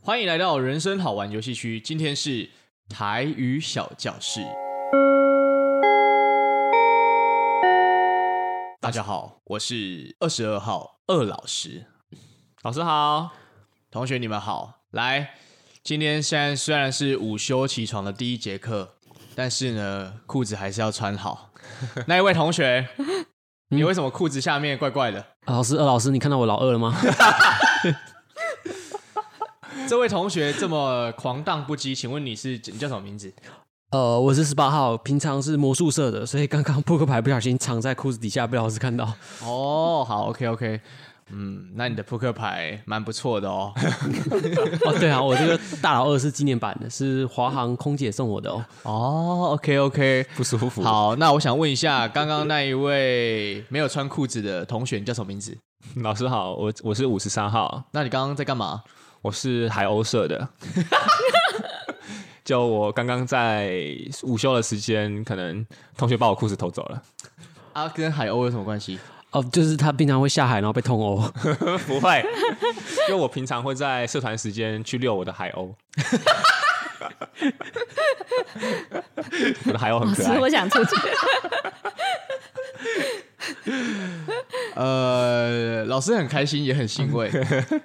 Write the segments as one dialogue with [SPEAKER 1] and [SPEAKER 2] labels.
[SPEAKER 1] 欢迎来到人生好玩游戏区，今天是台语小教室。大家好，我是二十二号二老师，
[SPEAKER 2] 老师好，
[SPEAKER 1] 同学你们好。来，今天现在虽然是午休起床的第一节课，但是呢，裤子还是要穿好。那一位同学，你为什么裤子下面怪怪的？
[SPEAKER 2] 老师，呃，老师，你看到我老二了吗？
[SPEAKER 1] 这位同学这么狂荡不羁，请问你是你叫什么名字？
[SPEAKER 2] 呃，我是十八号，平常是魔术社的，所以刚刚扑克牌不小心藏在裤子底下，被老师看到。
[SPEAKER 1] 哦，好，OK OK，嗯，那你的扑克牌蛮不错的哦。
[SPEAKER 2] 哦，对啊，我这个大老二是纪念版的，是华航空姐送我的哦，
[SPEAKER 1] 哦，OK OK，
[SPEAKER 2] 不舒服好，
[SPEAKER 1] 好，那我想问一下，刚刚那一位没有穿裤子的同学，你叫什么名字？
[SPEAKER 3] 老师好，我我是五十三号，
[SPEAKER 1] 那你刚刚在干嘛？
[SPEAKER 3] 我是海鸥社的。 就我刚刚在午休的时间，可能同学把我裤子偷走了。
[SPEAKER 1] 啊，跟海鸥有什么关系？
[SPEAKER 2] 哦，就是他平常会下海，然后被痛殴。
[SPEAKER 3] 不 会，因为我平常会在社团时间去遛我的海鸥。 我的海鸥很
[SPEAKER 4] 老
[SPEAKER 3] 可
[SPEAKER 4] 师，
[SPEAKER 3] 爱
[SPEAKER 4] 我。想出去。
[SPEAKER 1] 呃，老师很开心，也很欣慰。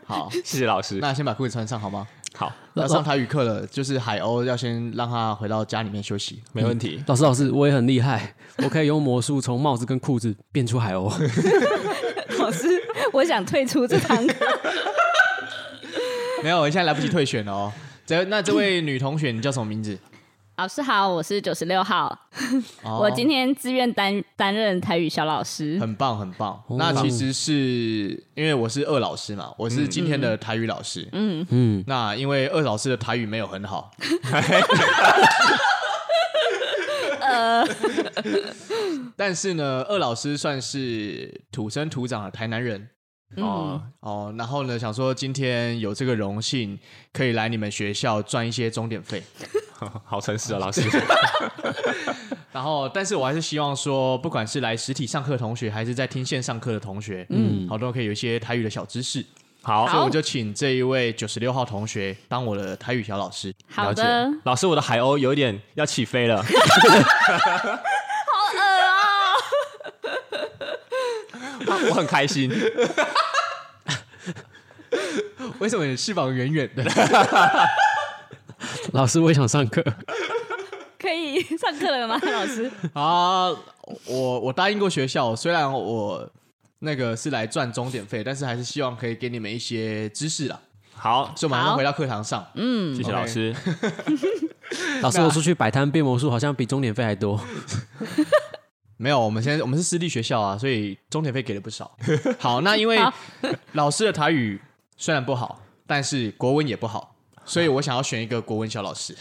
[SPEAKER 1] 好，
[SPEAKER 3] 谢谢老师。
[SPEAKER 1] 那先把裤子穿上好 吗？
[SPEAKER 3] 好，
[SPEAKER 1] 要上台语课了，就是海鸥要先让他回到家里面休息。
[SPEAKER 3] 没问题。
[SPEAKER 2] 老师，老师，我也很厉害，我可以用魔术从帽子跟裤子变出海鸥。
[SPEAKER 4] 老师，我想退出这堂课。
[SPEAKER 1] 没有，现在来不及退选了哦。这那这位女同学，你叫什么名字？
[SPEAKER 4] 老师好，我是九十六号，
[SPEAKER 1] 哦
[SPEAKER 4] 我今天自愿担担任台语小老师。
[SPEAKER 1] 很棒，很棒。那其实是因为我是二老师嘛，我是今天的台语老师。嗯嗯。那因为二老师的台语没有很 好，呃 但是呢，二老师算是土生土长的台南人
[SPEAKER 3] 哦，
[SPEAKER 1] 哦。然后呢，想说今天有这个荣幸，可以来你们学校赚一些钟点费。
[SPEAKER 3] 好诚实啊，老师。
[SPEAKER 4] 嗯
[SPEAKER 1] 然后，但是我还是希望说，不管是来实体上课的同学，还是在听线上课的同学，嗯，好多可以有一些台语的小知识。
[SPEAKER 3] 好，
[SPEAKER 1] 所以我就请这一位九十六号同学当我的台语小老师。
[SPEAKER 4] 好
[SPEAKER 3] 了解
[SPEAKER 4] 的，。
[SPEAKER 3] 老师，我的海鸥有一点要起飞了。
[SPEAKER 1] 哦
[SPEAKER 3] 我很开心，
[SPEAKER 1] 为什么你的翅膀远 远的？
[SPEAKER 2] 老师，我也想上课。
[SPEAKER 4] 可以上课了吗，老师？
[SPEAKER 1] 啊，我我答应过学校，虽然我那个是来赚钟点费，但是还是希望可以给你们一些知识啦。
[SPEAKER 3] 好，
[SPEAKER 1] 所以我马上
[SPEAKER 4] 好
[SPEAKER 1] 回到课堂上。
[SPEAKER 3] 谢谢老师。
[SPEAKER 2] 老师，我出去摆摊变魔术，好像比钟点费还多。
[SPEAKER 1] 没有，我们现在我们是私立学校啊，所以钟点费给的不少。好，那因为
[SPEAKER 4] 好
[SPEAKER 1] 老师的台语虽然不好，但是国文也不好，所以我想要选一个国文小老师，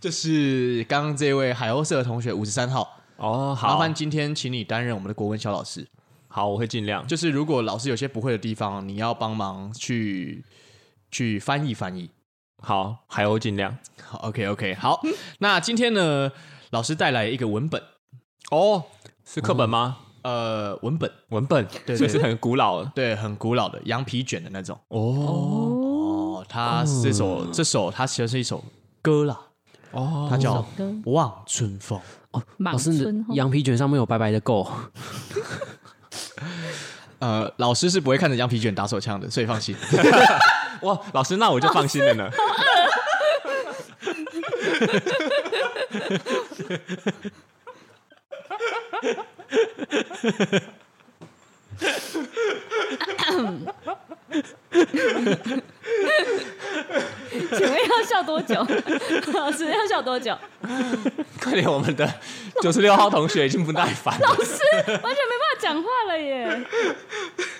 [SPEAKER 1] 就是刚刚这位海鸥社的同学五十三号，
[SPEAKER 3] 哦，
[SPEAKER 1] 麻
[SPEAKER 3] 好，
[SPEAKER 1] 烦今天请你担任我们的国文小老师。
[SPEAKER 3] 好，我会尽量。
[SPEAKER 1] 就是如果老师有些不会的地方，你要帮忙去去翻译翻译。
[SPEAKER 3] 好，海鸥尽量。
[SPEAKER 1] 好，OK OK，好，那今天呢，老师带来一个文本，
[SPEAKER 3] 哦，是课本吗？
[SPEAKER 1] 呃，文本
[SPEAKER 3] 文本，
[SPEAKER 1] 对
[SPEAKER 3] 所以是很古老的。
[SPEAKER 1] 对，很古老的羊皮卷的那种。
[SPEAKER 3] 哦
[SPEAKER 1] 哦，他这首、这首它其实是一首歌啦，
[SPEAKER 3] 哦，
[SPEAKER 1] 它叫
[SPEAKER 4] 歌
[SPEAKER 1] 《望春风》。
[SPEAKER 2] 老
[SPEAKER 4] 莽
[SPEAKER 2] 师，你的
[SPEAKER 4] 村后
[SPEAKER 2] 羊皮卷上面有白白的垢。
[SPEAKER 1] 呃，老师是不会看着羊皮卷打手枪的，所以放心。
[SPEAKER 3] 哇，老师，那我就放心了呢。
[SPEAKER 4] 请问要笑多久？ 老师要笑多久？
[SPEAKER 3] 快点，我们的九十六号同学已经不耐烦了。
[SPEAKER 4] 是完全没办法讲话了耶！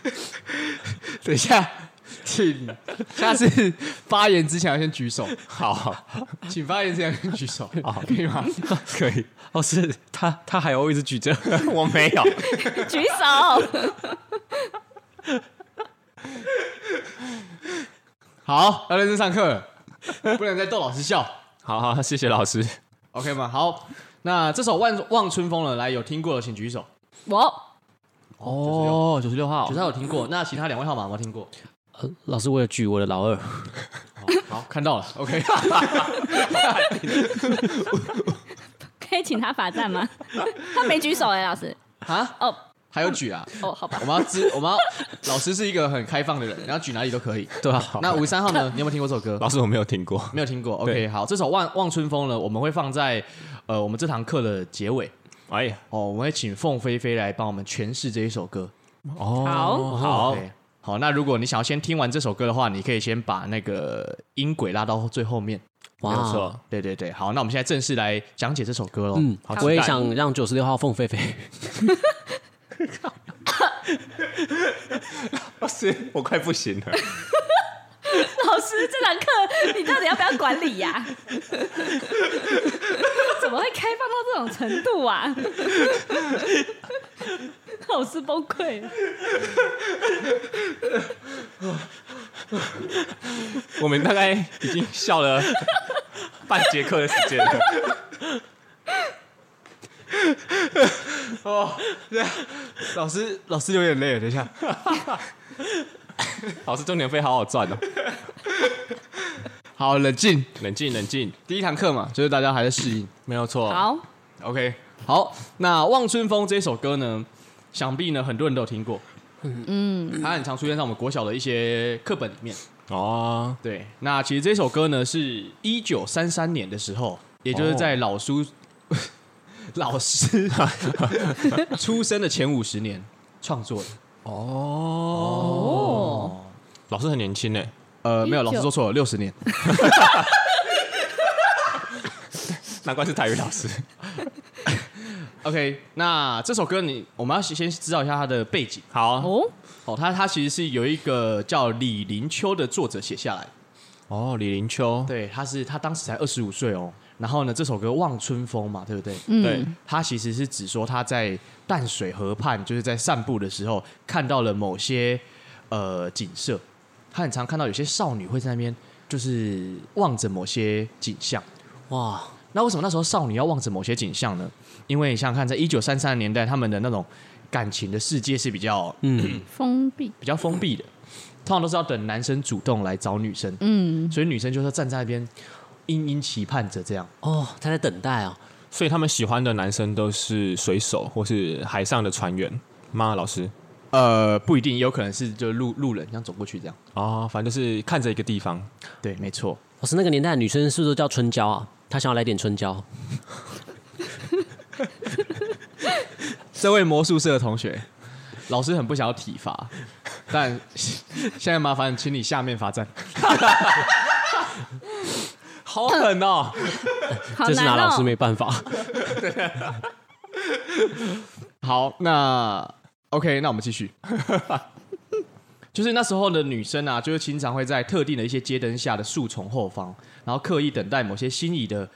[SPEAKER 1] 等一下，请下次发言之前要先举手，
[SPEAKER 3] 好，
[SPEAKER 1] 请发言之前要先举手，可以吗？
[SPEAKER 3] 可以。哦
[SPEAKER 2] 老师，他他海鸥一直举着。
[SPEAKER 3] 我没有。
[SPEAKER 4] 举 手。
[SPEAKER 1] 好，要认真上课了，不能再逗老师笑
[SPEAKER 3] 好好，谢谢老师。
[SPEAKER 1] ，OK 吗？好，那这首《望望春风》了，来有听过的请举手。
[SPEAKER 4] 我
[SPEAKER 3] 哦，九十六号
[SPEAKER 1] 九，三有听过，那其他两位号码有没有听过？
[SPEAKER 2] 呃老师为了举我的老二，
[SPEAKER 1] 好，看到了，OK，
[SPEAKER 4] 可以请他罚站吗？他没举手哎、老师。
[SPEAKER 1] 啊，
[SPEAKER 4] 哦
[SPEAKER 1] 还有举啊，
[SPEAKER 4] 哦，好吧
[SPEAKER 1] 我，们要知，我们要老师是一个很开放的人，然后举哪里都可以。
[SPEAKER 2] 对啊，
[SPEAKER 1] 那五十三号呢？你有没有听过这首歌？
[SPEAKER 3] 老师我没有听过，
[SPEAKER 1] 没有听过。
[SPEAKER 3] 对
[SPEAKER 1] OK，好，这首《望望春风》呢，我们会放在呃我们这堂课的结尾
[SPEAKER 3] 哎呀，
[SPEAKER 1] 哦，我们会请凤飞飞来帮我们诠释这一首歌。
[SPEAKER 4] 哦
[SPEAKER 3] 哦
[SPEAKER 4] 好
[SPEAKER 1] 好。好，那如果你想要先听完这首歌的话，你可以先把那个音轨拉到最后面。
[SPEAKER 3] 没有
[SPEAKER 2] 哇，
[SPEAKER 3] 错，
[SPEAKER 1] 对对对，好，那我们现在正式来讲解这首歌喽。
[SPEAKER 2] 嗯
[SPEAKER 1] 好，，
[SPEAKER 2] 我也
[SPEAKER 1] 期待
[SPEAKER 2] 想让九十六号凤飞飞，
[SPEAKER 3] 老师我快不行了，
[SPEAKER 4] 老师这堂课你到底要不要管理呀、 怎么会开放到这种程度啊？ 老师崩溃了，
[SPEAKER 3] 我们大概已经笑 了半节课的时间了。 哦
[SPEAKER 1] 老师，老师有点累了，等一 下。
[SPEAKER 3] 老师重点费好好赚哦，
[SPEAKER 1] 好，冷静。
[SPEAKER 3] 冷静冷静，
[SPEAKER 1] 第一堂课嘛，就是大家还在适应。
[SPEAKER 3] 没有错。
[SPEAKER 4] 好，
[SPEAKER 1] OK，好，那《望春风》这首歌呢，想必呢很多人都有听过，
[SPEAKER 4] 嗯，
[SPEAKER 1] 它很常出现在我们国小的一些课本里面。
[SPEAKER 3] 哦，
[SPEAKER 1] 对，那其实这首歌呢是一九三三年的时候，也就是在老叔、 老师出生的前五十年创作的。
[SPEAKER 4] 哦，
[SPEAKER 3] 老师很年轻哎，
[SPEAKER 1] 呃，没有，
[SPEAKER 4] 19
[SPEAKER 1] 老师说错了，六十年。
[SPEAKER 3] 难怪是台语老师。
[SPEAKER 1] OK，那这首歌你我们要先知道一下它的背景
[SPEAKER 3] 好，
[SPEAKER 4] 哦，
[SPEAKER 1] 哦，它它其实是有一个叫李林秋的作者写下来的。
[SPEAKER 3] 哦，李林秋，
[SPEAKER 1] 对，他是他当时才二十五岁哦。然后呢，这首歌《望春风》嘛，对不对？
[SPEAKER 3] 对
[SPEAKER 4] 嗯，
[SPEAKER 1] 他其实是指说他在淡水河畔，就是在散步的时候看到了某些呃景色。他很常看到有些少女会在那边就是望着某些景象。
[SPEAKER 2] 哇，
[SPEAKER 1] 那为什么那时候少女要望着某些景象呢？因为你想想看，在一九三三年代，他们的那种感情的世界是比较
[SPEAKER 2] 嗯，
[SPEAKER 4] 封闭，
[SPEAKER 1] 比较封闭的，通常都是要等男生主动来找女生，
[SPEAKER 4] 嗯，
[SPEAKER 1] 所以女生就是站在那边殷殷期盼着这样。
[SPEAKER 2] 哦，他在等待哦，
[SPEAKER 3] 所以他们喜欢的男生都是水手或是海上的船员吗？老师
[SPEAKER 1] 呃，不一定，也有可能是就路路人这样走过去这样。
[SPEAKER 3] 哦，反正就是看着一个地方。
[SPEAKER 1] 对，没错。
[SPEAKER 2] 老师那个年代的女生是不是都叫春娇啊？他想要来点春娇，
[SPEAKER 1] 这位魔术社的同学，老师很不想要体 罚，但现在麻烦请你下面罚站。 好狠哦！
[SPEAKER 4] 好
[SPEAKER 2] 这是拿
[SPEAKER 4] 难
[SPEAKER 2] 老师
[SPEAKER 4] 哦，
[SPEAKER 2] 没办法。
[SPEAKER 1] 好，那 OK，那我们继续。 就是那时候的女生啊，就是经常会在特定的一些街灯下的树丛后方，然后刻意等待某些心仪的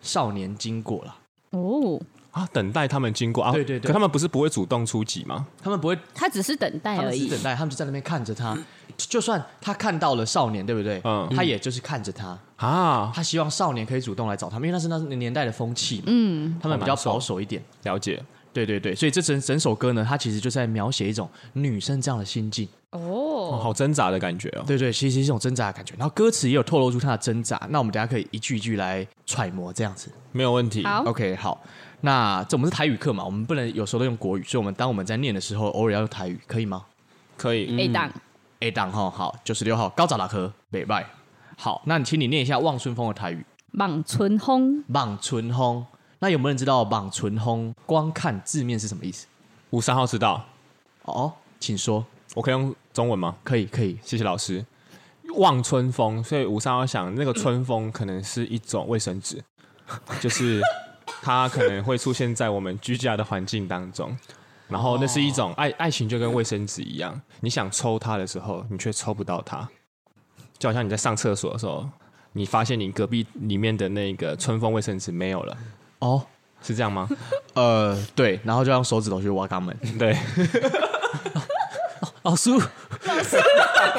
[SPEAKER 1] 少年经过啦。
[SPEAKER 4] 哦，
[SPEAKER 3] 啊，等待他们经过啊！
[SPEAKER 1] 对对对
[SPEAKER 3] 可他们不是不会主动出击吗？
[SPEAKER 1] 他们不会
[SPEAKER 4] 他只是等待
[SPEAKER 1] 他们
[SPEAKER 4] 而
[SPEAKER 1] 只是
[SPEAKER 4] 已，
[SPEAKER 1] 等待，他们就在那边看着他。就就算他看到了少年，对不对？
[SPEAKER 3] 嗯
[SPEAKER 1] 他也就是看着他，
[SPEAKER 3] 啊，
[SPEAKER 1] 他希望少年可以主动来找他们，因为那是那年代的风气嘛。
[SPEAKER 4] 嗯，
[SPEAKER 1] 他们比较保守一点。
[SPEAKER 3] 了解。
[SPEAKER 1] 对对对，所以这整整首歌呢，它其实就在描写一种女生这样的心境。
[SPEAKER 3] 哦，
[SPEAKER 4] 哦，
[SPEAKER 3] 好挣扎的感觉哦。
[SPEAKER 1] 对对，其实是一种挣扎的感觉。然后歌词也有透露出她的挣扎。那我们等一下可以一句一句来揣摩这样子。
[SPEAKER 3] 没有问题。
[SPEAKER 4] 好
[SPEAKER 1] OK，好。那这我们是台语课嘛，我们不能有时候都用国语，所以我们当我们在念的时候，偶尔要用台语，可以吗？
[SPEAKER 3] 可以。嗯
[SPEAKER 4] A 档，
[SPEAKER 1] A 档哈，好，九十六号高早打科北拜。好，那你请你念一下《望春风》的台语
[SPEAKER 4] 望春风，
[SPEAKER 1] “ 望春风”。那有没有人知道“望春风”光看字面是什么意思？
[SPEAKER 3] 五三号知道，
[SPEAKER 1] 哦，请说，
[SPEAKER 3] 我可以用中文吗？
[SPEAKER 1] 可以，可以。
[SPEAKER 3] 谢谢老师。望春风，所以五三号想那个春风可能是一种卫生纸，就是它可能会出现在我们居家的环境当中。然后那是一
[SPEAKER 1] 哦
[SPEAKER 3] 种爱，爱情就跟卫生纸一样，你想抽它的时候，你却抽不到它。就好像你在上厕所的时候，你发现你隔壁里面的那个春风卫生纸没有了，
[SPEAKER 1] 哦，
[SPEAKER 3] 是这样吗？
[SPEAKER 1] 呃，对，然后就用手指头去挖肛门。
[SPEAKER 3] 对，
[SPEAKER 2] 老师，
[SPEAKER 4] 老师，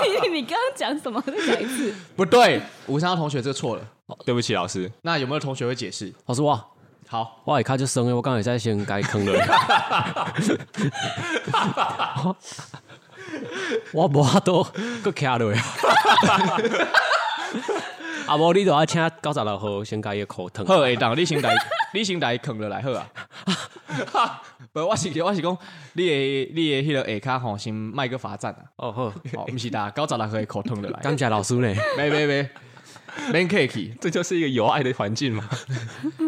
[SPEAKER 4] 你你刚刚讲什么？再讲一次，
[SPEAKER 1] 不对，五三号同学这错了。
[SPEAKER 3] 对不起老师，
[SPEAKER 1] 那有没有同学会解释？
[SPEAKER 2] 老师哇，
[SPEAKER 1] 好，
[SPEAKER 2] 我一看就生了，我刚才在先该坑了。 我无法度搁徛落 去。啊，无你就要请九十六号先甲伊口疼。
[SPEAKER 1] 好，会当你先来，你先来扛落来好啊。不，我是我是讲，你的你的迄个下骹吼，先卖个罚站啊。
[SPEAKER 2] 哦好，
[SPEAKER 1] 哦，毋是打九十六岁口吞落来。
[SPEAKER 2] 感谢老师呢。
[SPEAKER 1] 没没没，免客气。
[SPEAKER 3] 这就是一个有爱的环境嘛。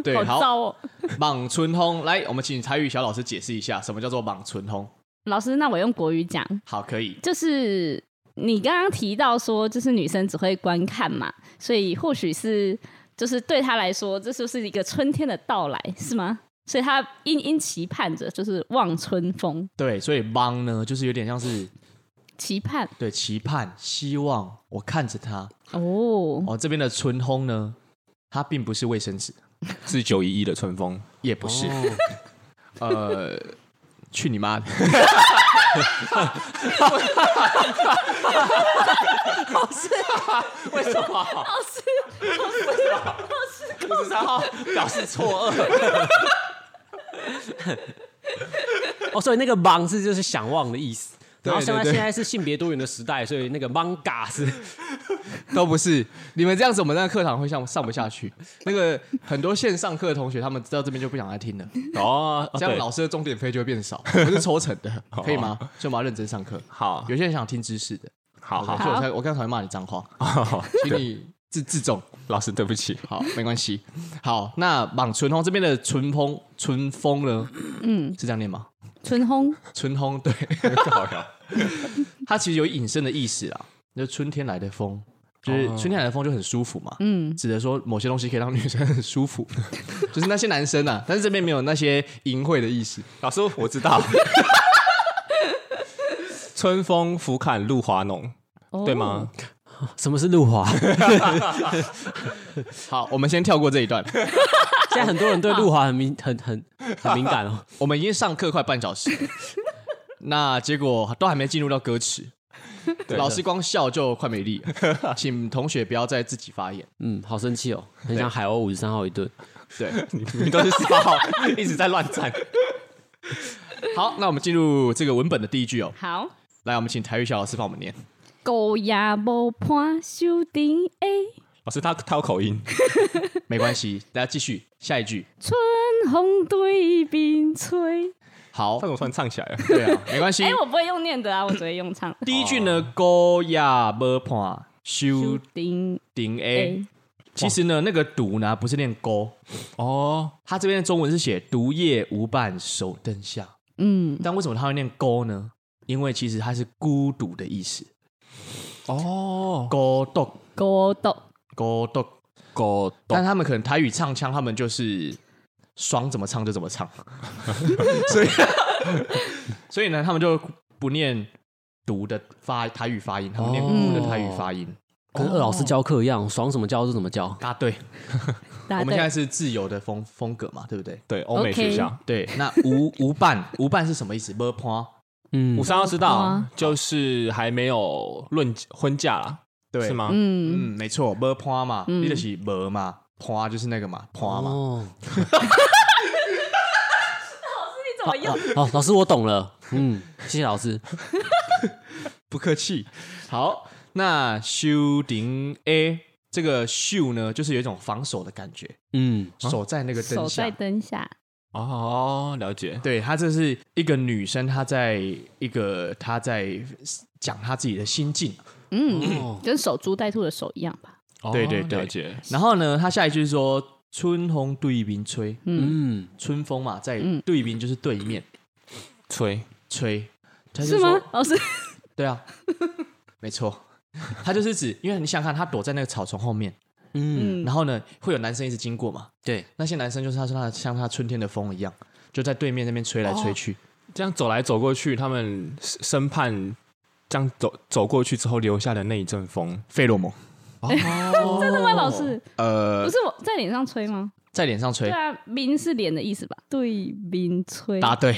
[SPEAKER 1] 对，
[SPEAKER 4] 好
[SPEAKER 1] 好，
[SPEAKER 4] 糟哦。
[SPEAKER 1] 莽春风，来，我们请台语小老师解释一下，什么叫做莽春风？
[SPEAKER 4] 老师，那我用国语讲，
[SPEAKER 1] 好，可以。
[SPEAKER 4] 就是你刚刚提到说，就是女生只会观看嘛，所以或许是就是对她来说，这就是一个春天的到来，是吗？所以她殷殷期盼着，就是望春风，
[SPEAKER 1] 对，所以莽呢，就是有点像是
[SPEAKER 4] 期盼
[SPEAKER 1] 对期盼、希望，我看着它。
[SPEAKER 4] 哦，
[SPEAKER 1] 哦，这边的春风呢，它并不是卫生纸，
[SPEAKER 3] 是九一一的春风，
[SPEAKER 1] 也不是。
[SPEAKER 2] 哦
[SPEAKER 3] 哦
[SPEAKER 1] 呃，去你妈的！
[SPEAKER 3] 为什么？
[SPEAKER 4] 老师，
[SPEAKER 3] 不知道，表示错愕。
[SPEAKER 2] 哦，所以那个忙是就是想望的意思。
[SPEAKER 1] 对
[SPEAKER 2] 然后现在
[SPEAKER 1] 对对
[SPEAKER 2] 现在是性别多元的时代，所以那个 manga 是
[SPEAKER 1] 都不是，你们这样子，我们那个课堂会上上不下去。那个很多线上课的同学，他们到这边就不想来听 了，
[SPEAKER 3] 哦，
[SPEAKER 1] 这样
[SPEAKER 3] 对
[SPEAKER 1] 老师的重点费就会变 少，不是抽成的，可以吗？所以我们要认真上课。
[SPEAKER 3] 好，
[SPEAKER 1] 有些人想听知识的，
[SPEAKER 3] 好好
[SPEAKER 1] 所以我才我刚才骂你脏话，
[SPEAKER 3] 好，
[SPEAKER 1] 请你自自重。
[SPEAKER 3] 老师对不起。
[SPEAKER 1] 好，没关系。好，那莽春风这边的春风，春风呢？嗯，是这样念吗？
[SPEAKER 4] 春风，
[SPEAKER 1] 春风对，
[SPEAKER 3] 好呀，
[SPEAKER 1] 它其实有引申的意思啦，就春天来的风，就是
[SPEAKER 3] 哦
[SPEAKER 1] 春天来的风就很舒服嘛。
[SPEAKER 4] 嗯，
[SPEAKER 1] 指的说某些东西可以让女生很舒服， 就是那些男生啊，但是这边没有那些淫秽的意思。
[SPEAKER 3] 老师我知道。 春风拂槛露华浓，
[SPEAKER 4] 哦
[SPEAKER 3] 对吗？？
[SPEAKER 2] 什么是露华？
[SPEAKER 1] 好，我们先跳过这一段，
[SPEAKER 2] 现在很多人对露华很敏 很很很敏感哦。
[SPEAKER 1] 我们已经上课快半小时了，那结果都还没进入到歌词，
[SPEAKER 3] 对
[SPEAKER 1] 老师光笑就快没力了，请同学不要再自己发言。
[SPEAKER 2] 嗯，好生气哦，很想海鸥五十三号一顿。
[SPEAKER 1] 对，
[SPEAKER 3] 你你都是十八号， 一直在乱站。
[SPEAKER 1] 好，那我们进入这个文本的第一句哦，
[SPEAKER 4] 好，
[SPEAKER 1] 来，我们请台语小老师帮我们念。
[SPEAKER 4] 狗也无伴，修顶诶，
[SPEAKER 3] 老师他他有口音，
[SPEAKER 1] 没关系，大家继续下一句。
[SPEAKER 4] 春风对面 吹。
[SPEAKER 1] 好
[SPEAKER 3] 他怎，么突然唱起来了？
[SPEAKER 1] 对啊，没关系
[SPEAKER 4] 哎、。我不会用念的啊，我只会用唱。
[SPEAKER 1] 第一句呢，高雅无伴修
[SPEAKER 4] 修顶
[SPEAKER 1] 顶 A。
[SPEAKER 4] 诶，
[SPEAKER 1] 其实呢，那个读呢不是念勾，
[SPEAKER 3] 哦，
[SPEAKER 1] 它这边的中文是写“独夜无伴守灯下
[SPEAKER 4] 嗯”，，
[SPEAKER 1] 但为什么它会念勾呢？因为其实它是孤独的意思，
[SPEAKER 3] 哦，
[SPEAKER 1] 孤独，
[SPEAKER 4] 孤独。
[SPEAKER 1] 孤独。
[SPEAKER 3] 狗
[SPEAKER 1] 但他们可能台语唱腔，他们就是爽怎么唱就怎么 唱，所以所以呢，他们就不念“读”的发台语发音，他们念“孤”的台语发音。
[SPEAKER 2] 跟二老师教课一样，爽怎么教就怎么教。
[SPEAKER 4] 哦
[SPEAKER 1] 答对，
[SPEAKER 4] 答
[SPEAKER 1] 我们
[SPEAKER 4] 对
[SPEAKER 1] 现在是自由的风风格嘛，对不对？
[SPEAKER 3] 对欧美
[SPEAKER 4] OK
[SPEAKER 3] 学校，
[SPEAKER 1] 对，那无无伴无伴是什么意思？没伴，
[SPEAKER 2] 嗯
[SPEAKER 3] 五，三号知道
[SPEAKER 4] 哇，
[SPEAKER 3] 就是还没有论婚嫁啦，
[SPEAKER 1] 对
[SPEAKER 3] 是？吗？
[SPEAKER 4] 嗯，
[SPEAKER 1] 嗯，没错，没伴嘛，
[SPEAKER 4] 嗯
[SPEAKER 1] 你就是没嘛，伴就是那个嘛，伴嘛。
[SPEAKER 2] 哦，
[SPEAKER 4] 你怎么用？
[SPEAKER 2] 好，老师我懂了。嗯，谢谢老师。
[SPEAKER 1] 不客气。好，那修顶 A 这个修呢，就是有一种防守的感觉，
[SPEAKER 2] 嗯，
[SPEAKER 1] 守在那个灯
[SPEAKER 4] 手
[SPEAKER 1] 下
[SPEAKER 4] 在。灯下，
[SPEAKER 3] 哦，了解。
[SPEAKER 1] 对，她这是一个女生，她在一个她在讲她自己的心境。
[SPEAKER 4] 嗯，跟守株待兔的手一样吧。
[SPEAKER 3] 哦
[SPEAKER 1] 对对对
[SPEAKER 3] 了解。
[SPEAKER 1] 然后呢，她下一句是说“春风对面吹”，
[SPEAKER 2] 嗯，
[SPEAKER 1] 春风嘛，在
[SPEAKER 4] 嗯
[SPEAKER 1] 对面就是对面
[SPEAKER 3] 吹，
[SPEAKER 1] 吹，她
[SPEAKER 4] 是
[SPEAKER 1] 就
[SPEAKER 4] 吗
[SPEAKER 1] 说？
[SPEAKER 4] 老师，
[SPEAKER 1] 对啊， 没错，他就是指，因为你想想看，他躲在那个草丛后面，
[SPEAKER 4] 嗯，
[SPEAKER 1] 然后呢，会有男生一直经过嘛，
[SPEAKER 2] 对，
[SPEAKER 1] 那些男生就是他说他像他春天的风一样，就在对面那边吹来
[SPEAKER 4] 哦
[SPEAKER 1] 吹去，
[SPEAKER 3] 这样走来走过去，他们生盼这样走走过去之后留下的那一阵风，
[SPEAKER 1] 费洛蒙，
[SPEAKER 4] 真的吗？老师，
[SPEAKER 1] 呃
[SPEAKER 4] 不，是我在脸上吹吗？
[SPEAKER 1] 在脸上
[SPEAKER 4] 对
[SPEAKER 1] 吹，
[SPEAKER 4] 啊，冰是脸的意思吧？对，冰吹。
[SPEAKER 1] 答 对，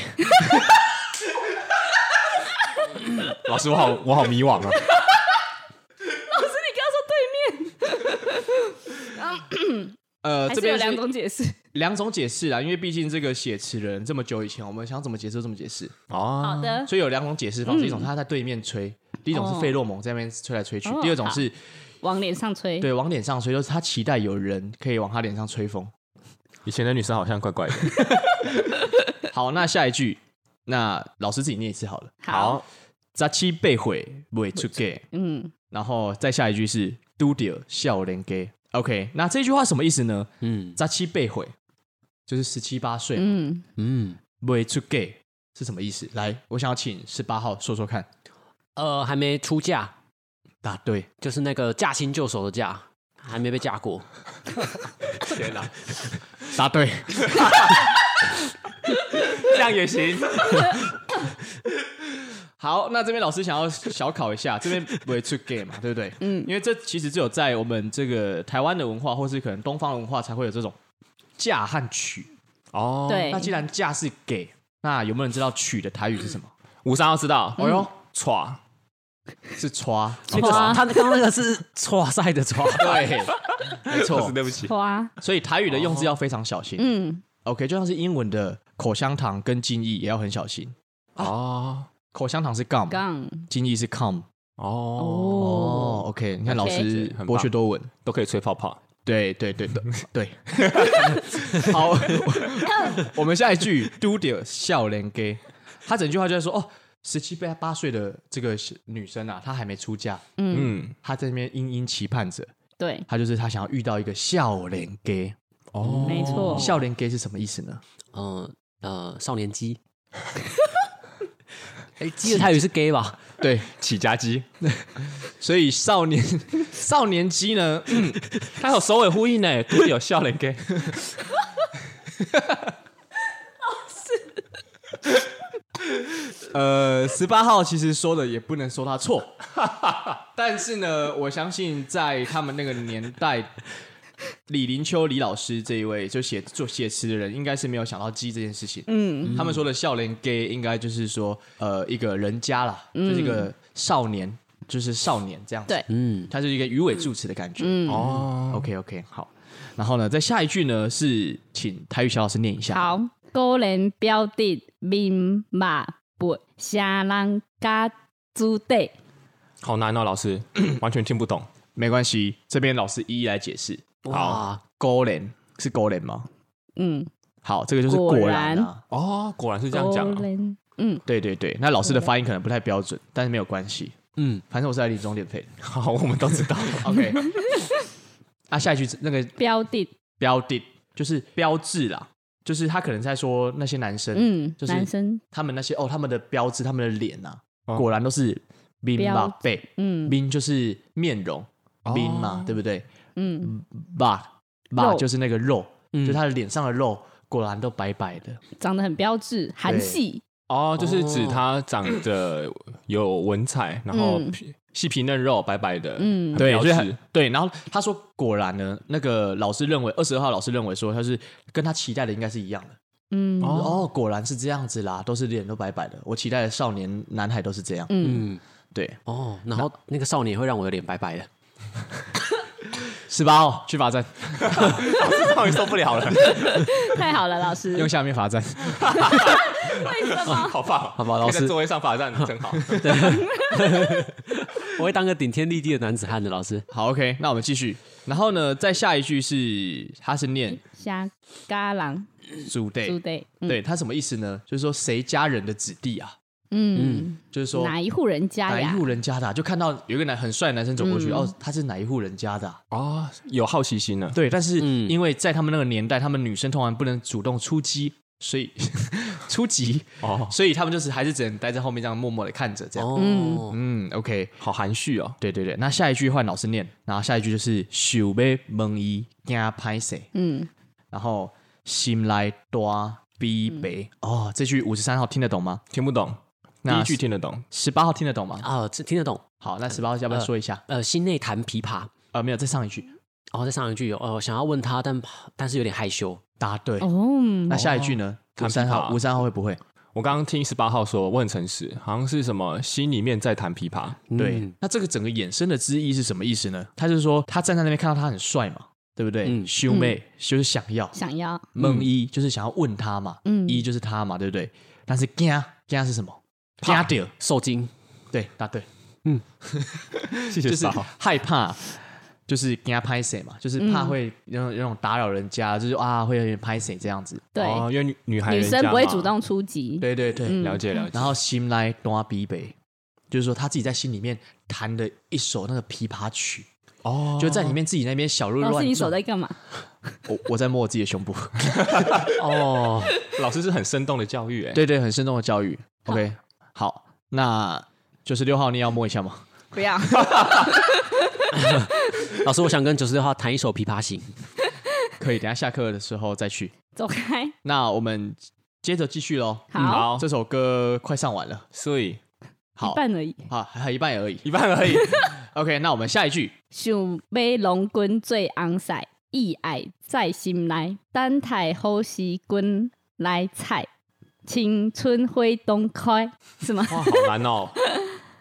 [SPEAKER 3] 老师，我好，我好迷惘啊！
[SPEAKER 4] 老师，你刚刚说对面。
[SPEAKER 1] 呃，
[SPEAKER 4] 还
[SPEAKER 1] 这
[SPEAKER 4] 是有
[SPEAKER 1] 边是
[SPEAKER 4] 两种解释。
[SPEAKER 1] 两种解释啦，因为毕竟这个写词人这么久以前，我们想怎么解释就怎么解释，
[SPEAKER 3] 哦
[SPEAKER 4] 好，的，
[SPEAKER 1] 嗯所以有两种解释方式，
[SPEAKER 4] 嗯
[SPEAKER 1] 一种是他在对面吹，第一种是
[SPEAKER 4] 哦
[SPEAKER 1] 费洛蒙在那边吹来吹去，
[SPEAKER 4] 哦
[SPEAKER 1] 第二种是
[SPEAKER 4] 往脸上吹。
[SPEAKER 1] 对往脸上吹，就是他期待有人可以往他脸上吹风。
[SPEAKER 3] 以前的女生好像怪怪的。
[SPEAKER 1] 好，那下一句，那老师自己念一次好了。
[SPEAKER 4] 好，
[SPEAKER 1] 杂七被毁，未出给。
[SPEAKER 4] 嗯，
[SPEAKER 1] 然后再下一句是都丢笑脸给。OK，那这句话什么意思呢？
[SPEAKER 2] 嗯
[SPEAKER 1] 杂七被毁就是十七八岁，
[SPEAKER 4] 嗯，
[SPEAKER 2] 嗯，
[SPEAKER 1] 未出给是什么意思？来，我想要请十八号说说看。
[SPEAKER 2] 呃，还没出嫁，
[SPEAKER 1] 答对，
[SPEAKER 2] 就是那个驾轻就熟的驾，还没被嫁过。
[SPEAKER 3] 天哪，
[SPEAKER 1] 答对，
[SPEAKER 3] 这样也行？
[SPEAKER 1] 好，那这边老师想要小考一下，这边不会出 gay 嘛，对不对？嗯，因为这其实只有在我们这个台湾的文化，或是可能东方文化才会有这种嫁和娶。
[SPEAKER 3] 哦，，
[SPEAKER 4] 对
[SPEAKER 1] 那，既然嫁是 gay，那有没有人知道娶的台语是什 么？
[SPEAKER 3] 五三要知道。哎
[SPEAKER 1] 哦哟，
[SPEAKER 3] 歘，
[SPEAKER 1] 是抓，
[SPEAKER 2] 那个
[SPEAKER 4] 哇
[SPEAKER 2] 他刚刚那个是错赛的错，
[SPEAKER 1] 对， 没
[SPEAKER 3] 不
[SPEAKER 1] 错
[SPEAKER 3] 是。对不起。
[SPEAKER 4] 花，
[SPEAKER 1] 所以台语的用字要非常小心。
[SPEAKER 4] 嗯，
[SPEAKER 1] OK，就像是英文的口香糖跟精益也要很小心。
[SPEAKER 3] 哦
[SPEAKER 1] 口香糖是 gum，
[SPEAKER 4] 杠
[SPEAKER 1] 精益是 com。
[SPEAKER 3] 哦，
[SPEAKER 4] 哦，
[SPEAKER 1] 哦，OK，你看老
[SPEAKER 4] OK
[SPEAKER 1] 师
[SPEAKER 3] 很棒
[SPEAKER 1] 博学多闻。
[SPEAKER 3] 都可以吹泡泡。
[SPEAKER 1] 对对对 对对，好， 我我们下一句 do 点笑脸给，他整句话就在说哦，十七八八岁的这个女生啊，她还没出嫁，
[SPEAKER 3] 嗯，
[SPEAKER 1] 她在那边殷殷期盼着，
[SPEAKER 4] 对，
[SPEAKER 1] 她就是她想要遇到一个笑脸给，
[SPEAKER 3] 哦
[SPEAKER 4] 没错，
[SPEAKER 1] 笑脸给是什么意思呢？
[SPEAKER 2] 嗯 呃，少年鸡。哎，鸡的泰语是 gay 吧？
[SPEAKER 1] 对，
[SPEAKER 3] 起家鸡，
[SPEAKER 1] 所以少年 少年鸡呢，嗯
[SPEAKER 3] 它有首尾呼应呢，都有笑脸给。
[SPEAKER 1] 呃，十八号其实说的也不能说他错， 但是呢，我相信在他们那个年代，李林秋李老师这一位就写做写词的人，应该是没有想到鸡这件事情。嗯，他们说的笑脸 gay 应该就是说，呃，一个人家啦，就是一个少年，就是少年这样子。
[SPEAKER 4] 对
[SPEAKER 2] 嗯，
[SPEAKER 1] 它是一个鱼尾助词的感觉。
[SPEAKER 4] 嗯
[SPEAKER 3] 哦，
[SPEAKER 1] OK OK，好。然后呢，在下一句呢是请台语小老师念一下。
[SPEAKER 4] 好，高人标的明马不虾人家猪对，
[SPEAKER 3] 好难哦，老师 完全听不懂。
[SPEAKER 1] 没关系，这边老师一一来解释。啊
[SPEAKER 2] 哇，
[SPEAKER 1] 勾连是勾连吗？
[SPEAKER 4] 嗯，
[SPEAKER 1] 好，这个就是果
[SPEAKER 4] 果
[SPEAKER 1] 然
[SPEAKER 4] 然
[SPEAKER 1] 啊。
[SPEAKER 3] 哦，果然是这样
[SPEAKER 4] 高
[SPEAKER 3] 讲啊。
[SPEAKER 4] 人，嗯，
[SPEAKER 1] 对对对，那老师的发音可能不太标准，但是没有关系。
[SPEAKER 2] 嗯，
[SPEAKER 1] 反正我是来领终点费的。
[SPEAKER 3] 好，我们都知道。
[SPEAKER 1] OK，啊，下一句那个
[SPEAKER 4] 标的，
[SPEAKER 1] 标的就是标志啦，就是他可能在说那些男生，
[SPEAKER 4] 嗯，
[SPEAKER 1] 就是
[SPEAKER 4] 男生，
[SPEAKER 1] 他们那些哦，他们的标志，他们的脸啊，
[SPEAKER 3] 哦
[SPEAKER 1] 果然都是冰吧
[SPEAKER 4] 标
[SPEAKER 1] 背，
[SPEAKER 4] 嗯
[SPEAKER 1] 冰就是面容，
[SPEAKER 3] 哦
[SPEAKER 1] 冰嘛，对不对？
[SPEAKER 4] 嗯，
[SPEAKER 1] 吧吧
[SPEAKER 4] 肉
[SPEAKER 1] 就是那个肉，
[SPEAKER 2] 嗯
[SPEAKER 1] 就他的脸上的肉，果然都白白的。
[SPEAKER 4] 长得很标致，韩系，
[SPEAKER 3] 哦，就是指他长得有文采，然后
[SPEAKER 4] 嗯
[SPEAKER 3] 皮细皮嫩肉，白白的，
[SPEAKER 4] 嗯
[SPEAKER 3] 很
[SPEAKER 1] 对，
[SPEAKER 3] 标
[SPEAKER 1] 所以
[SPEAKER 3] 致
[SPEAKER 1] 他对，然后他说果然呢，那个老师认为二十二号老师认为说他是跟他期待的应该是一样的。
[SPEAKER 4] 嗯
[SPEAKER 1] 哦果然是这样子啦，都是脸都白白的。我期待的少年男孩都是这样。
[SPEAKER 4] 嗯，
[SPEAKER 1] 对，
[SPEAKER 2] 哦，然后那个少年会让我有点白白的。
[SPEAKER 1] 十八号哦去罚 站，
[SPEAKER 3] 终于受不了了，
[SPEAKER 4] 太好了，老师，
[SPEAKER 1] 用下面罚站。
[SPEAKER 4] 为什么？
[SPEAKER 3] 好棒，好
[SPEAKER 2] 吧老师
[SPEAKER 3] 在座位上罚站真好。
[SPEAKER 2] 我会当个顶天立地的男子汉的老师。
[SPEAKER 1] 好，OK，那我们继续。然后呢，再下一句是他是念
[SPEAKER 4] 虾嘎郎
[SPEAKER 1] z
[SPEAKER 4] 猪
[SPEAKER 1] day，
[SPEAKER 4] 嗯对，
[SPEAKER 1] 对他什么意思呢？就是说谁家人的子弟啊，
[SPEAKER 4] 嗯，
[SPEAKER 1] 就是说
[SPEAKER 4] 哪一户人家
[SPEAKER 1] 哪一
[SPEAKER 4] 呀？
[SPEAKER 1] 户人家的啊、就看到有一个男很帅的男生走过去，哦，他是哪一户人家的啊、
[SPEAKER 3] 哦，有好奇心了，
[SPEAKER 1] 对，但是
[SPEAKER 2] 嗯
[SPEAKER 1] 因为在他们那个年代，他们女生通常不能主动出击，所以 出击，
[SPEAKER 3] 哦，
[SPEAKER 1] 所以他们就是还是只能待在后面这样默默的看着这样。
[SPEAKER 2] 哦，
[SPEAKER 1] 嗯，OK，
[SPEAKER 3] 好含蓄哦，
[SPEAKER 1] 对对对，那下一句换老师念，然后下一句就是手被蒙伊惊拍谁，
[SPEAKER 4] 嗯，
[SPEAKER 1] 然后心来多逼北。哦，这句五十三号听得懂吗？
[SPEAKER 3] 听不懂，第
[SPEAKER 1] 那
[SPEAKER 3] 一句听得懂，
[SPEAKER 1] 十八号听得懂吗？
[SPEAKER 2] 啊，这听得懂。
[SPEAKER 1] 好，那十八号要不要说一下？
[SPEAKER 2] 呃，心内弹琵琶。
[SPEAKER 1] 呃，没有，再上一句。
[SPEAKER 2] 然后再上一句有，呃，想要问他，但但是有点害羞。
[SPEAKER 1] 答对。
[SPEAKER 4] 哦，
[SPEAKER 1] 那下一句呢？五
[SPEAKER 3] 弹
[SPEAKER 1] 三
[SPEAKER 3] 琵
[SPEAKER 1] 号，
[SPEAKER 3] 琶
[SPEAKER 1] 五三号会不会？
[SPEAKER 3] 我刚刚听十八号说，我很诚实，好像是什么心里面在弹琵琶，
[SPEAKER 1] 对
[SPEAKER 2] 嗯，
[SPEAKER 1] 那这个整个衍生的之意是什么意思呢？他就是说，他站在那边看到他很帅嘛，对不对？
[SPEAKER 2] 嗯
[SPEAKER 1] 兄妹就是想要，
[SPEAKER 4] 想要
[SPEAKER 1] 梦一就是想要问他嘛，
[SPEAKER 4] 嗯
[SPEAKER 1] 一就是他嘛，对不对？但是惊惊是什么？惊掉，
[SPEAKER 2] 受惊，
[SPEAKER 1] 对，答对，
[SPEAKER 3] 谢谢
[SPEAKER 1] 就是
[SPEAKER 3] 少。
[SPEAKER 1] 害怕，就是惊拍谁嘛，就是怕
[SPEAKER 4] 嗯
[SPEAKER 1] 会有那种有那种打扰人家，就是啊会有点拍谁这样子，
[SPEAKER 4] 对、
[SPEAKER 3] 哦，因为女女孩
[SPEAKER 4] 女
[SPEAKER 3] 人家
[SPEAKER 4] 生不会
[SPEAKER 3] 嘛
[SPEAKER 4] 主，动出击，
[SPEAKER 1] 对对对，
[SPEAKER 4] 嗯
[SPEAKER 3] 了解了解。
[SPEAKER 1] 然后心来端逼北，就是说他自己在心里面弹的一首那个琵琶曲，
[SPEAKER 3] 哦，
[SPEAKER 1] 就在里面自己那边小鹿
[SPEAKER 4] 老师，
[SPEAKER 1] 乱
[SPEAKER 4] 哦你手
[SPEAKER 1] 撞。
[SPEAKER 4] 在干嘛？
[SPEAKER 1] 我我在摸我自己的胸部，
[SPEAKER 3] 哦，老师是很生动的教育，哎，
[SPEAKER 1] 对对，很生动的教育。OK，好，那九十六号你也要摸一下吗？
[SPEAKER 4] 不要，
[SPEAKER 2] 老师，我想跟九十六号弹一首《琵琶行》。
[SPEAKER 1] 可以，等一下下课的时候再去。
[SPEAKER 4] 走开。
[SPEAKER 1] 那我们接着继续喽。
[SPEAKER 4] 好
[SPEAKER 3] 好
[SPEAKER 1] 这首歌快上完了，
[SPEAKER 3] 所以
[SPEAKER 1] 好
[SPEAKER 4] 一，半而已。
[SPEAKER 1] 好，还还一半而已。
[SPEAKER 3] 一半而已。
[SPEAKER 1] OK，那我们下一句，
[SPEAKER 4] 想要龙君做红婿，意爱在心内，等待好时君来采，青春会东开，是吗？
[SPEAKER 3] 哇，好难哦。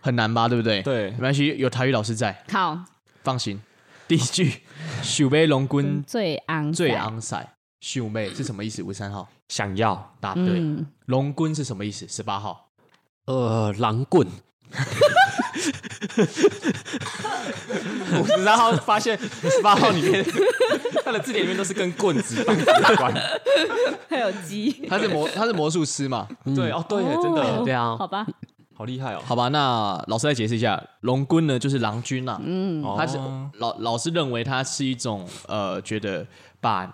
[SPEAKER 1] 很难吧？对不对？，
[SPEAKER 3] 对
[SPEAKER 1] 没，关系，有台语老师在，
[SPEAKER 4] 好，
[SPEAKER 1] 放心。第一句，秀妹龙君
[SPEAKER 4] 做红
[SPEAKER 1] 最
[SPEAKER 4] 婿，
[SPEAKER 1] 昂塞，秀妹是什么意思？五三号
[SPEAKER 3] 想要
[SPEAKER 1] 答对。
[SPEAKER 4] 嗯，
[SPEAKER 1] 龙君是什么意思？十八号。
[SPEAKER 2] 呃，狼棍，
[SPEAKER 3] 五十三号发现十八号里 面他的字典里面都是跟棍子棒子有关。
[SPEAKER 4] 还有鸡，
[SPEAKER 1] 他是魔，他是魔术师嘛？
[SPEAKER 3] 对哦，对耶，真的
[SPEAKER 4] 哦
[SPEAKER 2] 对啊
[SPEAKER 4] 好吧，
[SPEAKER 3] 好厉害哦。
[SPEAKER 1] 好吧，那老师再解释一下，龙君呢就是郎君啦、
[SPEAKER 4] 嗯，
[SPEAKER 1] 他
[SPEAKER 3] 他
[SPEAKER 1] 是
[SPEAKER 2] 哦
[SPEAKER 1] 老老师认为他是一种呃，觉得把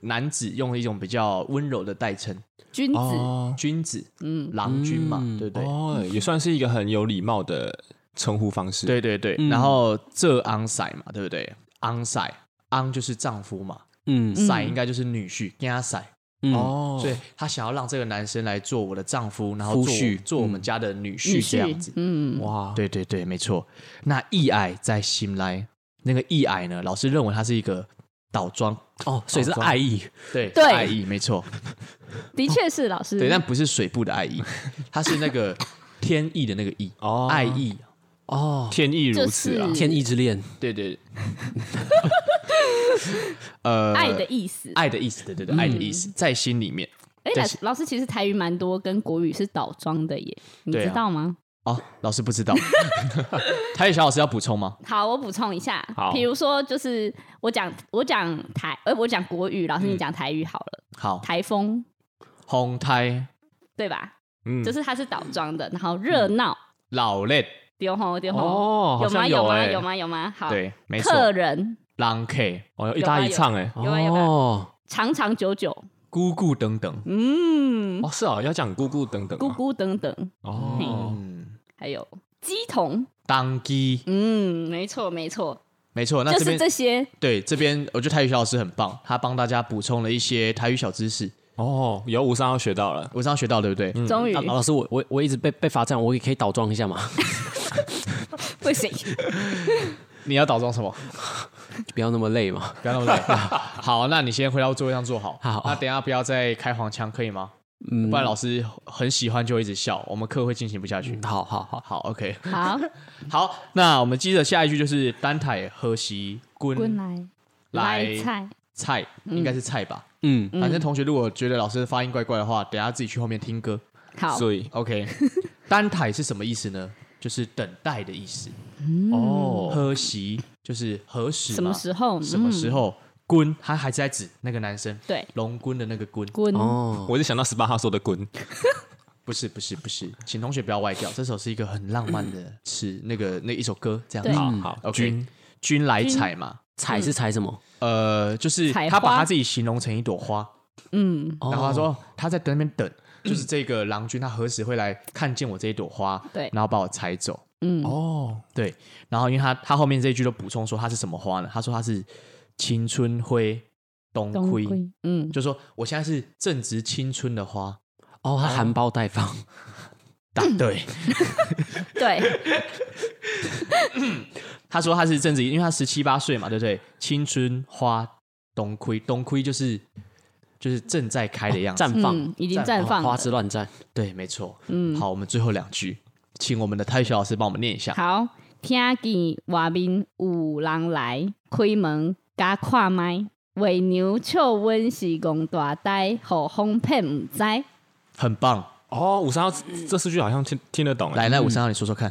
[SPEAKER 1] 男子用一种比较温柔的代称，
[SPEAKER 4] 君子，
[SPEAKER 3] 哦
[SPEAKER 1] 君子、
[SPEAKER 4] 嗯，
[SPEAKER 1] 郎君嘛，
[SPEAKER 2] 嗯
[SPEAKER 1] 对不对？
[SPEAKER 3] 哦，也算是一个很有礼貌的称呼方式。，
[SPEAKER 1] 对对对，
[SPEAKER 2] 嗯
[SPEAKER 1] 然后这昂塞嘛，对不对？昂塞昂就是丈夫嘛，
[SPEAKER 2] 嗯
[SPEAKER 4] 嗯
[SPEAKER 1] 塞应该就是女婿，跟他塞，
[SPEAKER 2] 嗯，
[SPEAKER 3] 哦，
[SPEAKER 1] 所以他想要让这个男生来做我的丈夫，然后
[SPEAKER 2] 夫
[SPEAKER 1] 做我
[SPEAKER 2] 婿嗯
[SPEAKER 1] 做我们家的女
[SPEAKER 4] 女
[SPEAKER 1] 婿这样
[SPEAKER 4] 婿
[SPEAKER 1] 子，。
[SPEAKER 4] 嗯，
[SPEAKER 3] 哇，
[SPEAKER 1] 对对对，没错。那义矮在心来，那个义矮呢，老师认为它是一个倒装，
[SPEAKER 2] 哦，所以是爱意，
[SPEAKER 1] 对
[SPEAKER 4] 对
[SPEAKER 1] 爱意没错，
[SPEAKER 4] 的确是老师，
[SPEAKER 1] 对，但不是水部的爱意，它是那个天意的那个意，
[SPEAKER 3] 哦
[SPEAKER 1] 爱意，
[SPEAKER 2] 哦，
[SPEAKER 3] 天意如此啊
[SPEAKER 4] 就！是
[SPEAKER 2] 天意之恋，
[SPEAKER 1] 对对，呃，
[SPEAKER 4] 爱的意思。
[SPEAKER 1] 爱的意思，对对对，爱的意思在心里面。
[SPEAKER 4] 哎，
[SPEAKER 1] 但是
[SPEAKER 4] 老老师其实台语蛮多，跟国语是倒装的耶，你
[SPEAKER 1] 对啊
[SPEAKER 4] 知道吗？
[SPEAKER 1] 哦，老师不知道，台语小老师要补充吗？
[SPEAKER 4] 好，我补充一下
[SPEAKER 3] 好，
[SPEAKER 4] 比如说就是我讲我讲台，呃，我讲国语，老师你讲台语好了。
[SPEAKER 1] 好，
[SPEAKER 4] 台风
[SPEAKER 1] 红胎
[SPEAKER 4] 对吧？
[SPEAKER 3] 嗯
[SPEAKER 4] 就是它是倒装的，然后热闹
[SPEAKER 1] 老累，
[SPEAKER 4] 丢吼丢吼，
[SPEAKER 3] 哦，好
[SPEAKER 4] 有吗？
[SPEAKER 3] 像
[SPEAKER 4] 有吗？
[SPEAKER 3] 哎，
[SPEAKER 4] 有？吗？有吗？好，
[SPEAKER 1] 对，没错，
[SPEAKER 4] 啊客人
[SPEAKER 1] 狼 K
[SPEAKER 3] 哦，一搭一唱哎。
[SPEAKER 4] 有啊有啊
[SPEAKER 2] 哦，
[SPEAKER 4] 长长久久，
[SPEAKER 1] 姑姑等等，
[SPEAKER 4] 嗯，
[SPEAKER 3] 哦，是哦，要讲姑姑等等啊。
[SPEAKER 4] 咕咕等等，
[SPEAKER 3] 哦，
[SPEAKER 1] 嗯。
[SPEAKER 4] 还有鸡同，
[SPEAKER 1] 当机，
[SPEAKER 4] 嗯，没错没错，
[SPEAKER 1] 没错。那
[SPEAKER 4] 就
[SPEAKER 1] 这
[SPEAKER 4] 是
[SPEAKER 1] 边、
[SPEAKER 4] 这些，
[SPEAKER 1] 对这边，我觉得台语小老师很棒，他帮大家补充了一些台语小知识，
[SPEAKER 3] 哦，有五三号学到了。
[SPEAKER 1] 我这样学到对不对？
[SPEAKER 4] 终于
[SPEAKER 2] 啊老师，我我我一直被被罚站，我也可以倒装一下嘛，
[SPEAKER 4] 不行，
[SPEAKER 1] 你要倒装什么？
[SPEAKER 2] 不要那么累嘛。
[SPEAKER 1] 不要那么累。 好，那你先回到座位上坐好。
[SPEAKER 2] 好
[SPEAKER 1] 那等一下不要再开黄腔，可以吗？
[SPEAKER 2] 嗯
[SPEAKER 1] 不然老师很喜欢就一直笑，我们课会进行不下去。
[SPEAKER 2] 嗯好好好，
[SPEAKER 1] 好，OK，
[SPEAKER 4] 好，
[SPEAKER 1] 好，那我们接着下一句就是单台喝席
[SPEAKER 4] 滚
[SPEAKER 1] 滚
[SPEAKER 4] 来
[SPEAKER 1] 来
[SPEAKER 4] 菜，
[SPEAKER 1] 菜，应该是菜吧？
[SPEAKER 2] 嗯，
[SPEAKER 1] 反正同学如果觉得老师发音怪怪的话，等一下自己去后面听歌。
[SPEAKER 4] 好，
[SPEAKER 3] 所以
[SPEAKER 1] OK，单台是什么意思呢？就是等待的意思。
[SPEAKER 3] 哦，
[SPEAKER 1] 嗯喝席就是何时
[SPEAKER 4] 什么
[SPEAKER 1] 嘛
[SPEAKER 4] 时候？
[SPEAKER 1] 啊
[SPEAKER 4] 嗯
[SPEAKER 1] 什么时
[SPEAKER 4] 候？
[SPEAKER 1] 候？滚，他还是在指那个男生，
[SPEAKER 4] 对，
[SPEAKER 1] 龙滚的那个滚，
[SPEAKER 4] 滚，
[SPEAKER 2] 哦，
[SPEAKER 3] 我就想到十八号说的滚。
[SPEAKER 1] 不是不是不是，请同学不要歪掉，这首是一个很浪漫的词，那个那一首歌这样子
[SPEAKER 4] 对。
[SPEAKER 3] 好好，
[SPEAKER 1] 嗯 OK，君来采嘛，
[SPEAKER 2] 踩是踩什么？
[SPEAKER 1] 呃，就是
[SPEAKER 4] 采
[SPEAKER 1] 他把
[SPEAKER 4] 花
[SPEAKER 1] 他自己形容成一朵花，
[SPEAKER 4] 嗯，
[SPEAKER 1] 然后他
[SPEAKER 2] 哦
[SPEAKER 1] 说他在等那边等，就是这个郎君他何时会来看见我这一朵花，
[SPEAKER 4] 对
[SPEAKER 1] 然后把我采走。
[SPEAKER 3] 哦，
[SPEAKER 1] 对，然后因为他他后面这一句都补充说他是什么花呢？他说他是青春灰冬
[SPEAKER 4] 冬
[SPEAKER 1] 亏，
[SPEAKER 4] 归，嗯，
[SPEAKER 1] 就说我现在是正值青春的花。
[SPEAKER 2] 哦，他含苞待放，
[SPEAKER 1] 答对，
[SPEAKER 4] 对，
[SPEAKER 1] 他说他是正值，因为他十七八岁嘛，对不对？青春花冬亏，冬亏就是就是正在开的样子。
[SPEAKER 2] 绽放，哦
[SPEAKER 4] 嗯，已经
[SPEAKER 1] 绽
[SPEAKER 4] 绽放了，
[SPEAKER 2] 花枝乱绽。
[SPEAKER 1] 对，没错。嗯，好，我们最后两句，请我们的泰学老师帮我们念一下。
[SPEAKER 4] 好，听见外面有人来，开门甲看麦，为牛笑阮是戆大呆，互风骗毋知。
[SPEAKER 1] 很棒。
[SPEAKER 3] 哦，五三幺这四句好像听听得懂，欸
[SPEAKER 1] 来，那五三号你说说看，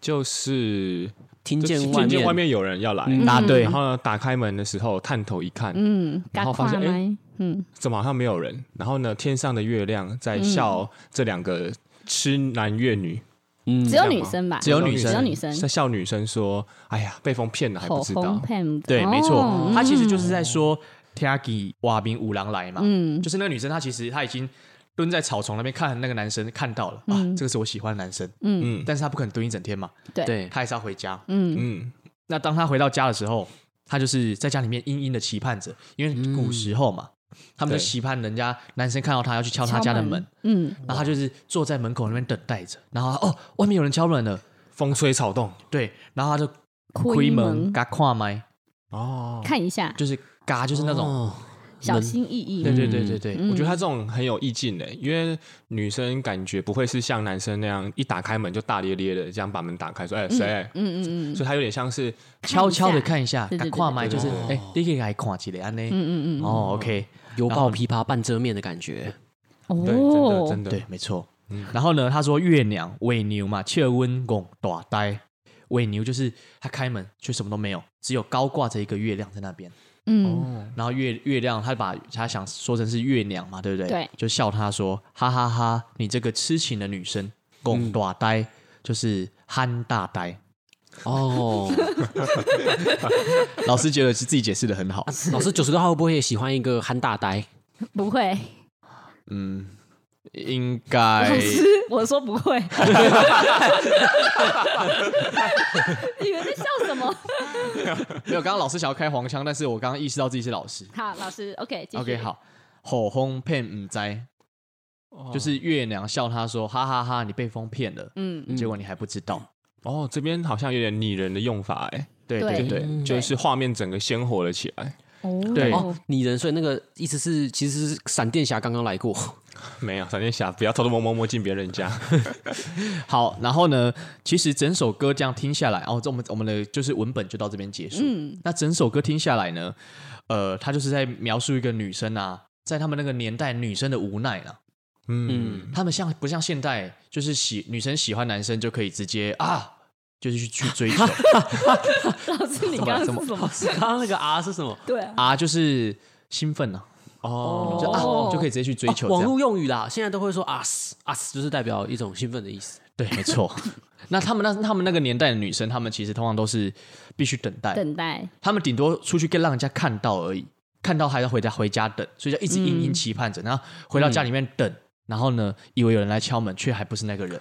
[SPEAKER 3] 就是
[SPEAKER 2] 听
[SPEAKER 3] 就
[SPEAKER 2] 见
[SPEAKER 3] 听
[SPEAKER 2] 外
[SPEAKER 3] 见
[SPEAKER 2] 面
[SPEAKER 3] 外面有人要来，
[SPEAKER 2] 嗯
[SPEAKER 1] 答对
[SPEAKER 3] 然，后呢打开门的时候探头一看，
[SPEAKER 4] 嗯，
[SPEAKER 3] 然
[SPEAKER 4] 甲
[SPEAKER 3] 后发现
[SPEAKER 4] 看麦，嗯，
[SPEAKER 3] 怎么好像没有人？然后呢，天上的月亮在笑这两个痴男怨女，
[SPEAKER 2] 嗯
[SPEAKER 4] 只有女生吧？
[SPEAKER 1] 只有女生
[SPEAKER 4] 只有女生。哦
[SPEAKER 3] 在笑女生说：“哎呀，被风骗了还不
[SPEAKER 4] 口
[SPEAKER 3] 知
[SPEAKER 4] 红
[SPEAKER 3] 道。
[SPEAKER 4] 骗不
[SPEAKER 1] 对，没错，
[SPEAKER 4] 哦
[SPEAKER 1] 他其实就是是在说 Tiagi 瓦明五郎来嘛，
[SPEAKER 4] 嗯
[SPEAKER 1] 就是那个女生，她其实她已经蹲在草丛那边看那个男生，看到了、啊，这个是我喜欢的男生，
[SPEAKER 4] 嗯
[SPEAKER 3] 嗯
[SPEAKER 1] 但是她不可能蹲一整天嘛，
[SPEAKER 2] 对，
[SPEAKER 1] 她还是要回家。
[SPEAKER 4] 嗯
[SPEAKER 3] 嗯，
[SPEAKER 1] 那当她回到家的时候，她就是在家里面殷殷的期盼着，因为古时候嘛，他们就
[SPEAKER 3] 对
[SPEAKER 1] 期盼人家男生看到她要去敲她家的门，，
[SPEAKER 4] 嗯
[SPEAKER 1] 然后她就是坐在门口那边等待着，然后她哦，外面有人敲门了，
[SPEAKER 3] 风吹草动
[SPEAKER 1] 对，然后她就
[SPEAKER 4] 开门
[SPEAKER 1] 给她跨麦，
[SPEAKER 3] 哦，
[SPEAKER 4] 看一下，
[SPEAKER 1] 就是嘎，就是那种，
[SPEAKER 3] 哦
[SPEAKER 4] 小心翼翼。
[SPEAKER 1] 对对对对对，
[SPEAKER 4] 嗯
[SPEAKER 3] 我觉得他这种很有意境诶，因为女生感觉不会是像男生那样一打开门就大咧咧的这样把门打开说：“哎，谁
[SPEAKER 4] 嗯嗯？”嗯
[SPEAKER 3] 所以他有点像是
[SPEAKER 1] 悄悄的看一下，
[SPEAKER 4] 对对对
[SPEAKER 1] 跨麦就是
[SPEAKER 3] 对
[SPEAKER 1] 哎，你可以来看起来安呢，
[SPEAKER 4] 嗯嗯嗯
[SPEAKER 1] 哦，OK，
[SPEAKER 2] 犹抱琵琶半遮面的感觉，
[SPEAKER 4] 哦，
[SPEAKER 3] 对，真的真的
[SPEAKER 1] 对，没错。然后呢，他说月娘尾牛嘛，切温拱大呆。尾牛就是他开门却什么都没有，只有高挂着一个月亮在那边。
[SPEAKER 4] 嗯
[SPEAKER 3] 哦，
[SPEAKER 1] 然后月月亮，他把他想说成是月娘嘛，对不对？
[SPEAKER 4] 对
[SPEAKER 1] 就笑他说：“哈哈哈你这个痴情的女生，拱大呆、就是憨大呆。
[SPEAKER 2] 哦，”
[SPEAKER 1] 老师觉得是自己解释的很好，
[SPEAKER 2] 老师九十六号会不会也喜欢一个憨大呆？
[SPEAKER 4] 不会，
[SPEAKER 1] 嗯应该
[SPEAKER 3] 哎
[SPEAKER 4] 老师，我说不 会。你们在笑什么？
[SPEAKER 1] 没有。刚刚老师想要开黄腔，但是我刚刚意识到自己是老师。
[SPEAKER 4] 好，老师，OK，继续
[SPEAKER 1] OK，，好，吼轰骗唔灾，就是月娘笑他说：“哈哈哈，你被风骗了，
[SPEAKER 4] 嗯，
[SPEAKER 1] 结果你还不知道。
[SPEAKER 3] 哦，这边好像有点拟人的用法哎，”
[SPEAKER 1] 对
[SPEAKER 4] 对
[SPEAKER 1] 对
[SPEAKER 3] 对
[SPEAKER 1] 对，
[SPEAKER 2] 嗯，
[SPEAKER 3] 就是画面整个鲜活了起来。
[SPEAKER 4] 哦，
[SPEAKER 1] 对
[SPEAKER 2] 哦，拟人，所以那个意思是，其实是闪电侠刚刚来过，
[SPEAKER 3] 没有闪电侠，不要偷偷摸摸摸进别人家。
[SPEAKER 1] 好，然后呢，其实整首歌这样听下来，哦，这我们我们的就是文本就到这边结束。
[SPEAKER 4] 嗯
[SPEAKER 1] 那整首歌听下来呢，呃，他就是在描述一个女生啊，在他们那个年代女生的无奈啊，
[SPEAKER 3] 嗯，
[SPEAKER 1] 他们像不像现代就是喜女生喜欢男生就可以直接啊，就是去去追求
[SPEAKER 4] 老师，你刚刚是 什么？
[SPEAKER 2] 哦刚刚那个 R 是什么？
[SPEAKER 4] 对啊，
[SPEAKER 1] 啊，就是兴奋啊，
[SPEAKER 3] 哦，
[SPEAKER 1] 就啊、
[SPEAKER 4] 哦
[SPEAKER 1] 就可以直接去追求、这
[SPEAKER 2] 哦网
[SPEAKER 1] 样。
[SPEAKER 2] 络用语啦，现在都会说啊 us us 就是代表一种兴奋的意思。
[SPEAKER 1] 对，没 错。那他们那他们那个年代的女生，她们其实通常都是必须等待，
[SPEAKER 4] 等待，
[SPEAKER 1] 她们顶多出去跟让人家看到而已，看到还要回家回家等，所以就一直
[SPEAKER 2] 嗯
[SPEAKER 1] 殷殷期盼着，然后回到家里面等，然后呢，以为有人来敲门，却还不是那个人。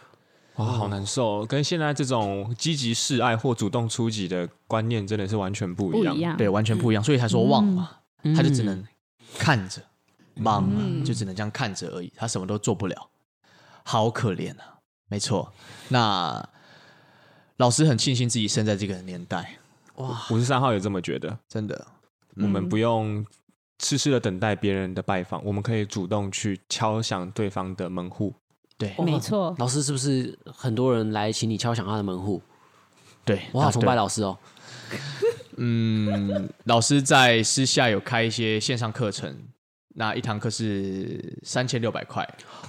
[SPEAKER 3] 哇，好难受哦，跟现在这种积极示爱或主动出击的观念真的是完全不一
[SPEAKER 4] 不
[SPEAKER 3] 样。
[SPEAKER 4] 一样，
[SPEAKER 1] 对，完全不一样，所以才说忘嘛，
[SPEAKER 2] 啊嗯
[SPEAKER 1] 他就只能看着，忙啊，
[SPEAKER 4] 嗯
[SPEAKER 1] 就只能这样看着而已，他什么都做不了，好可怜啊！没错，那老师很庆幸自己生在这个年代，
[SPEAKER 2] 哇，
[SPEAKER 3] 五十三号也这么觉得，
[SPEAKER 1] 真的，
[SPEAKER 4] 嗯
[SPEAKER 3] 我们不用痴痴的等待别人的拜访，我们可以主动去敲响对方的门户。
[SPEAKER 1] 对
[SPEAKER 2] 哦
[SPEAKER 4] 没错，
[SPEAKER 2] 老师是不是很多人来请你敲响他的门户？
[SPEAKER 1] 对，
[SPEAKER 2] 我好
[SPEAKER 1] 他
[SPEAKER 2] 崇拜
[SPEAKER 1] 啊对
[SPEAKER 2] 老师哦。
[SPEAKER 1] 嗯，老师在私下有开一些线上课程。那一堂课是三千六百块，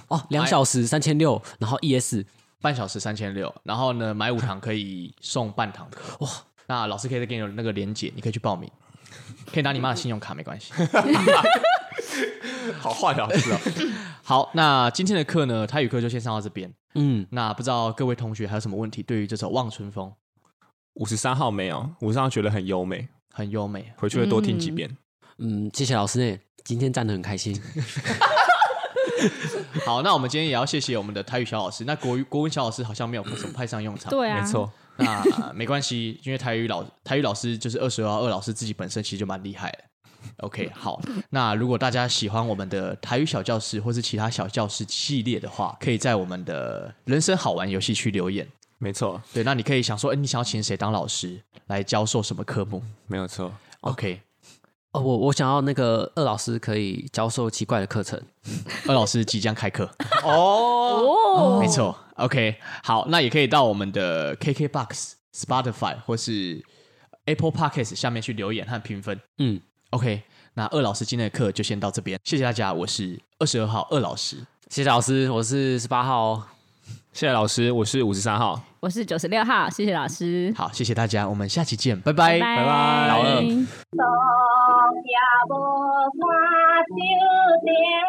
[SPEAKER 2] 哦，两小时三千六，然后 E ES
[SPEAKER 1] 半小时三千六，然后呢，买五堂可以送半堂课。哇，那老师可以再给你那个连结，你可以去报名，可以拿你妈的信用卡，没关系。
[SPEAKER 3] 好坏老师哦，
[SPEAKER 1] 好，那今天的课呢，泰语课就先上到这边。
[SPEAKER 2] 嗯，
[SPEAKER 1] 那不知道各位同学还有什么问题？对于这首《望春风》
[SPEAKER 3] 五十三号没有，五十三号觉得很优美，
[SPEAKER 1] 很优美，
[SPEAKER 3] 回去会多听几遍。
[SPEAKER 2] 嗯，谢谢老师呢，今天站得很开心。
[SPEAKER 1] 好，那我们今天也要谢谢我们的泰语小老师。那国语国文小老师好像没有什么派上用场，
[SPEAKER 4] 对啊，
[SPEAKER 3] 没，错，
[SPEAKER 1] 那、没关系，因为台语老台语老师就是二十二二老师自己本身其实就蛮厉害的。OK，好，那如果大家喜欢我们的台语小教室或是其他小教室系列的话，可以在我们的人生好玩游戏区留言。
[SPEAKER 3] 没错，
[SPEAKER 1] 对，那你可以想说，哎、你想要请谁当老师来教授什么科目
[SPEAKER 3] 没有错。
[SPEAKER 1] ？OK，
[SPEAKER 2] 哦，我我想要那个二老师可以教授奇怪的课程。
[SPEAKER 1] 二老师即将开课，
[SPEAKER 4] 哦，
[SPEAKER 1] 没错。OK，好，那也可以到我们的 KKBox、Spotify 或是 Apple Podcast 下面去留言和评分。
[SPEAKER 2] 嗯，
[SPEAKER 1] OK，那二老师今天的课就先到这边，谢谢大家，我是二十二号二老师，
[SPEAKER 2] 谢谢老师，我是十八号哦，
[SPEAKER 3] 谢谢老师，我是五十三号。
[SPEAKER 4] 我是九十六号，谢谢老师，
[SPEAKER 1] 好，谢谢大家，我们下期见，
[SPEAKER 4] 拜
[SPEAKER 1] 拜
[SPEAKER 4] 拜
[SPEAKER 1] 老二
[SPEAKER 4] 拜。
[SPEAKER 5] 当夜无山小亭。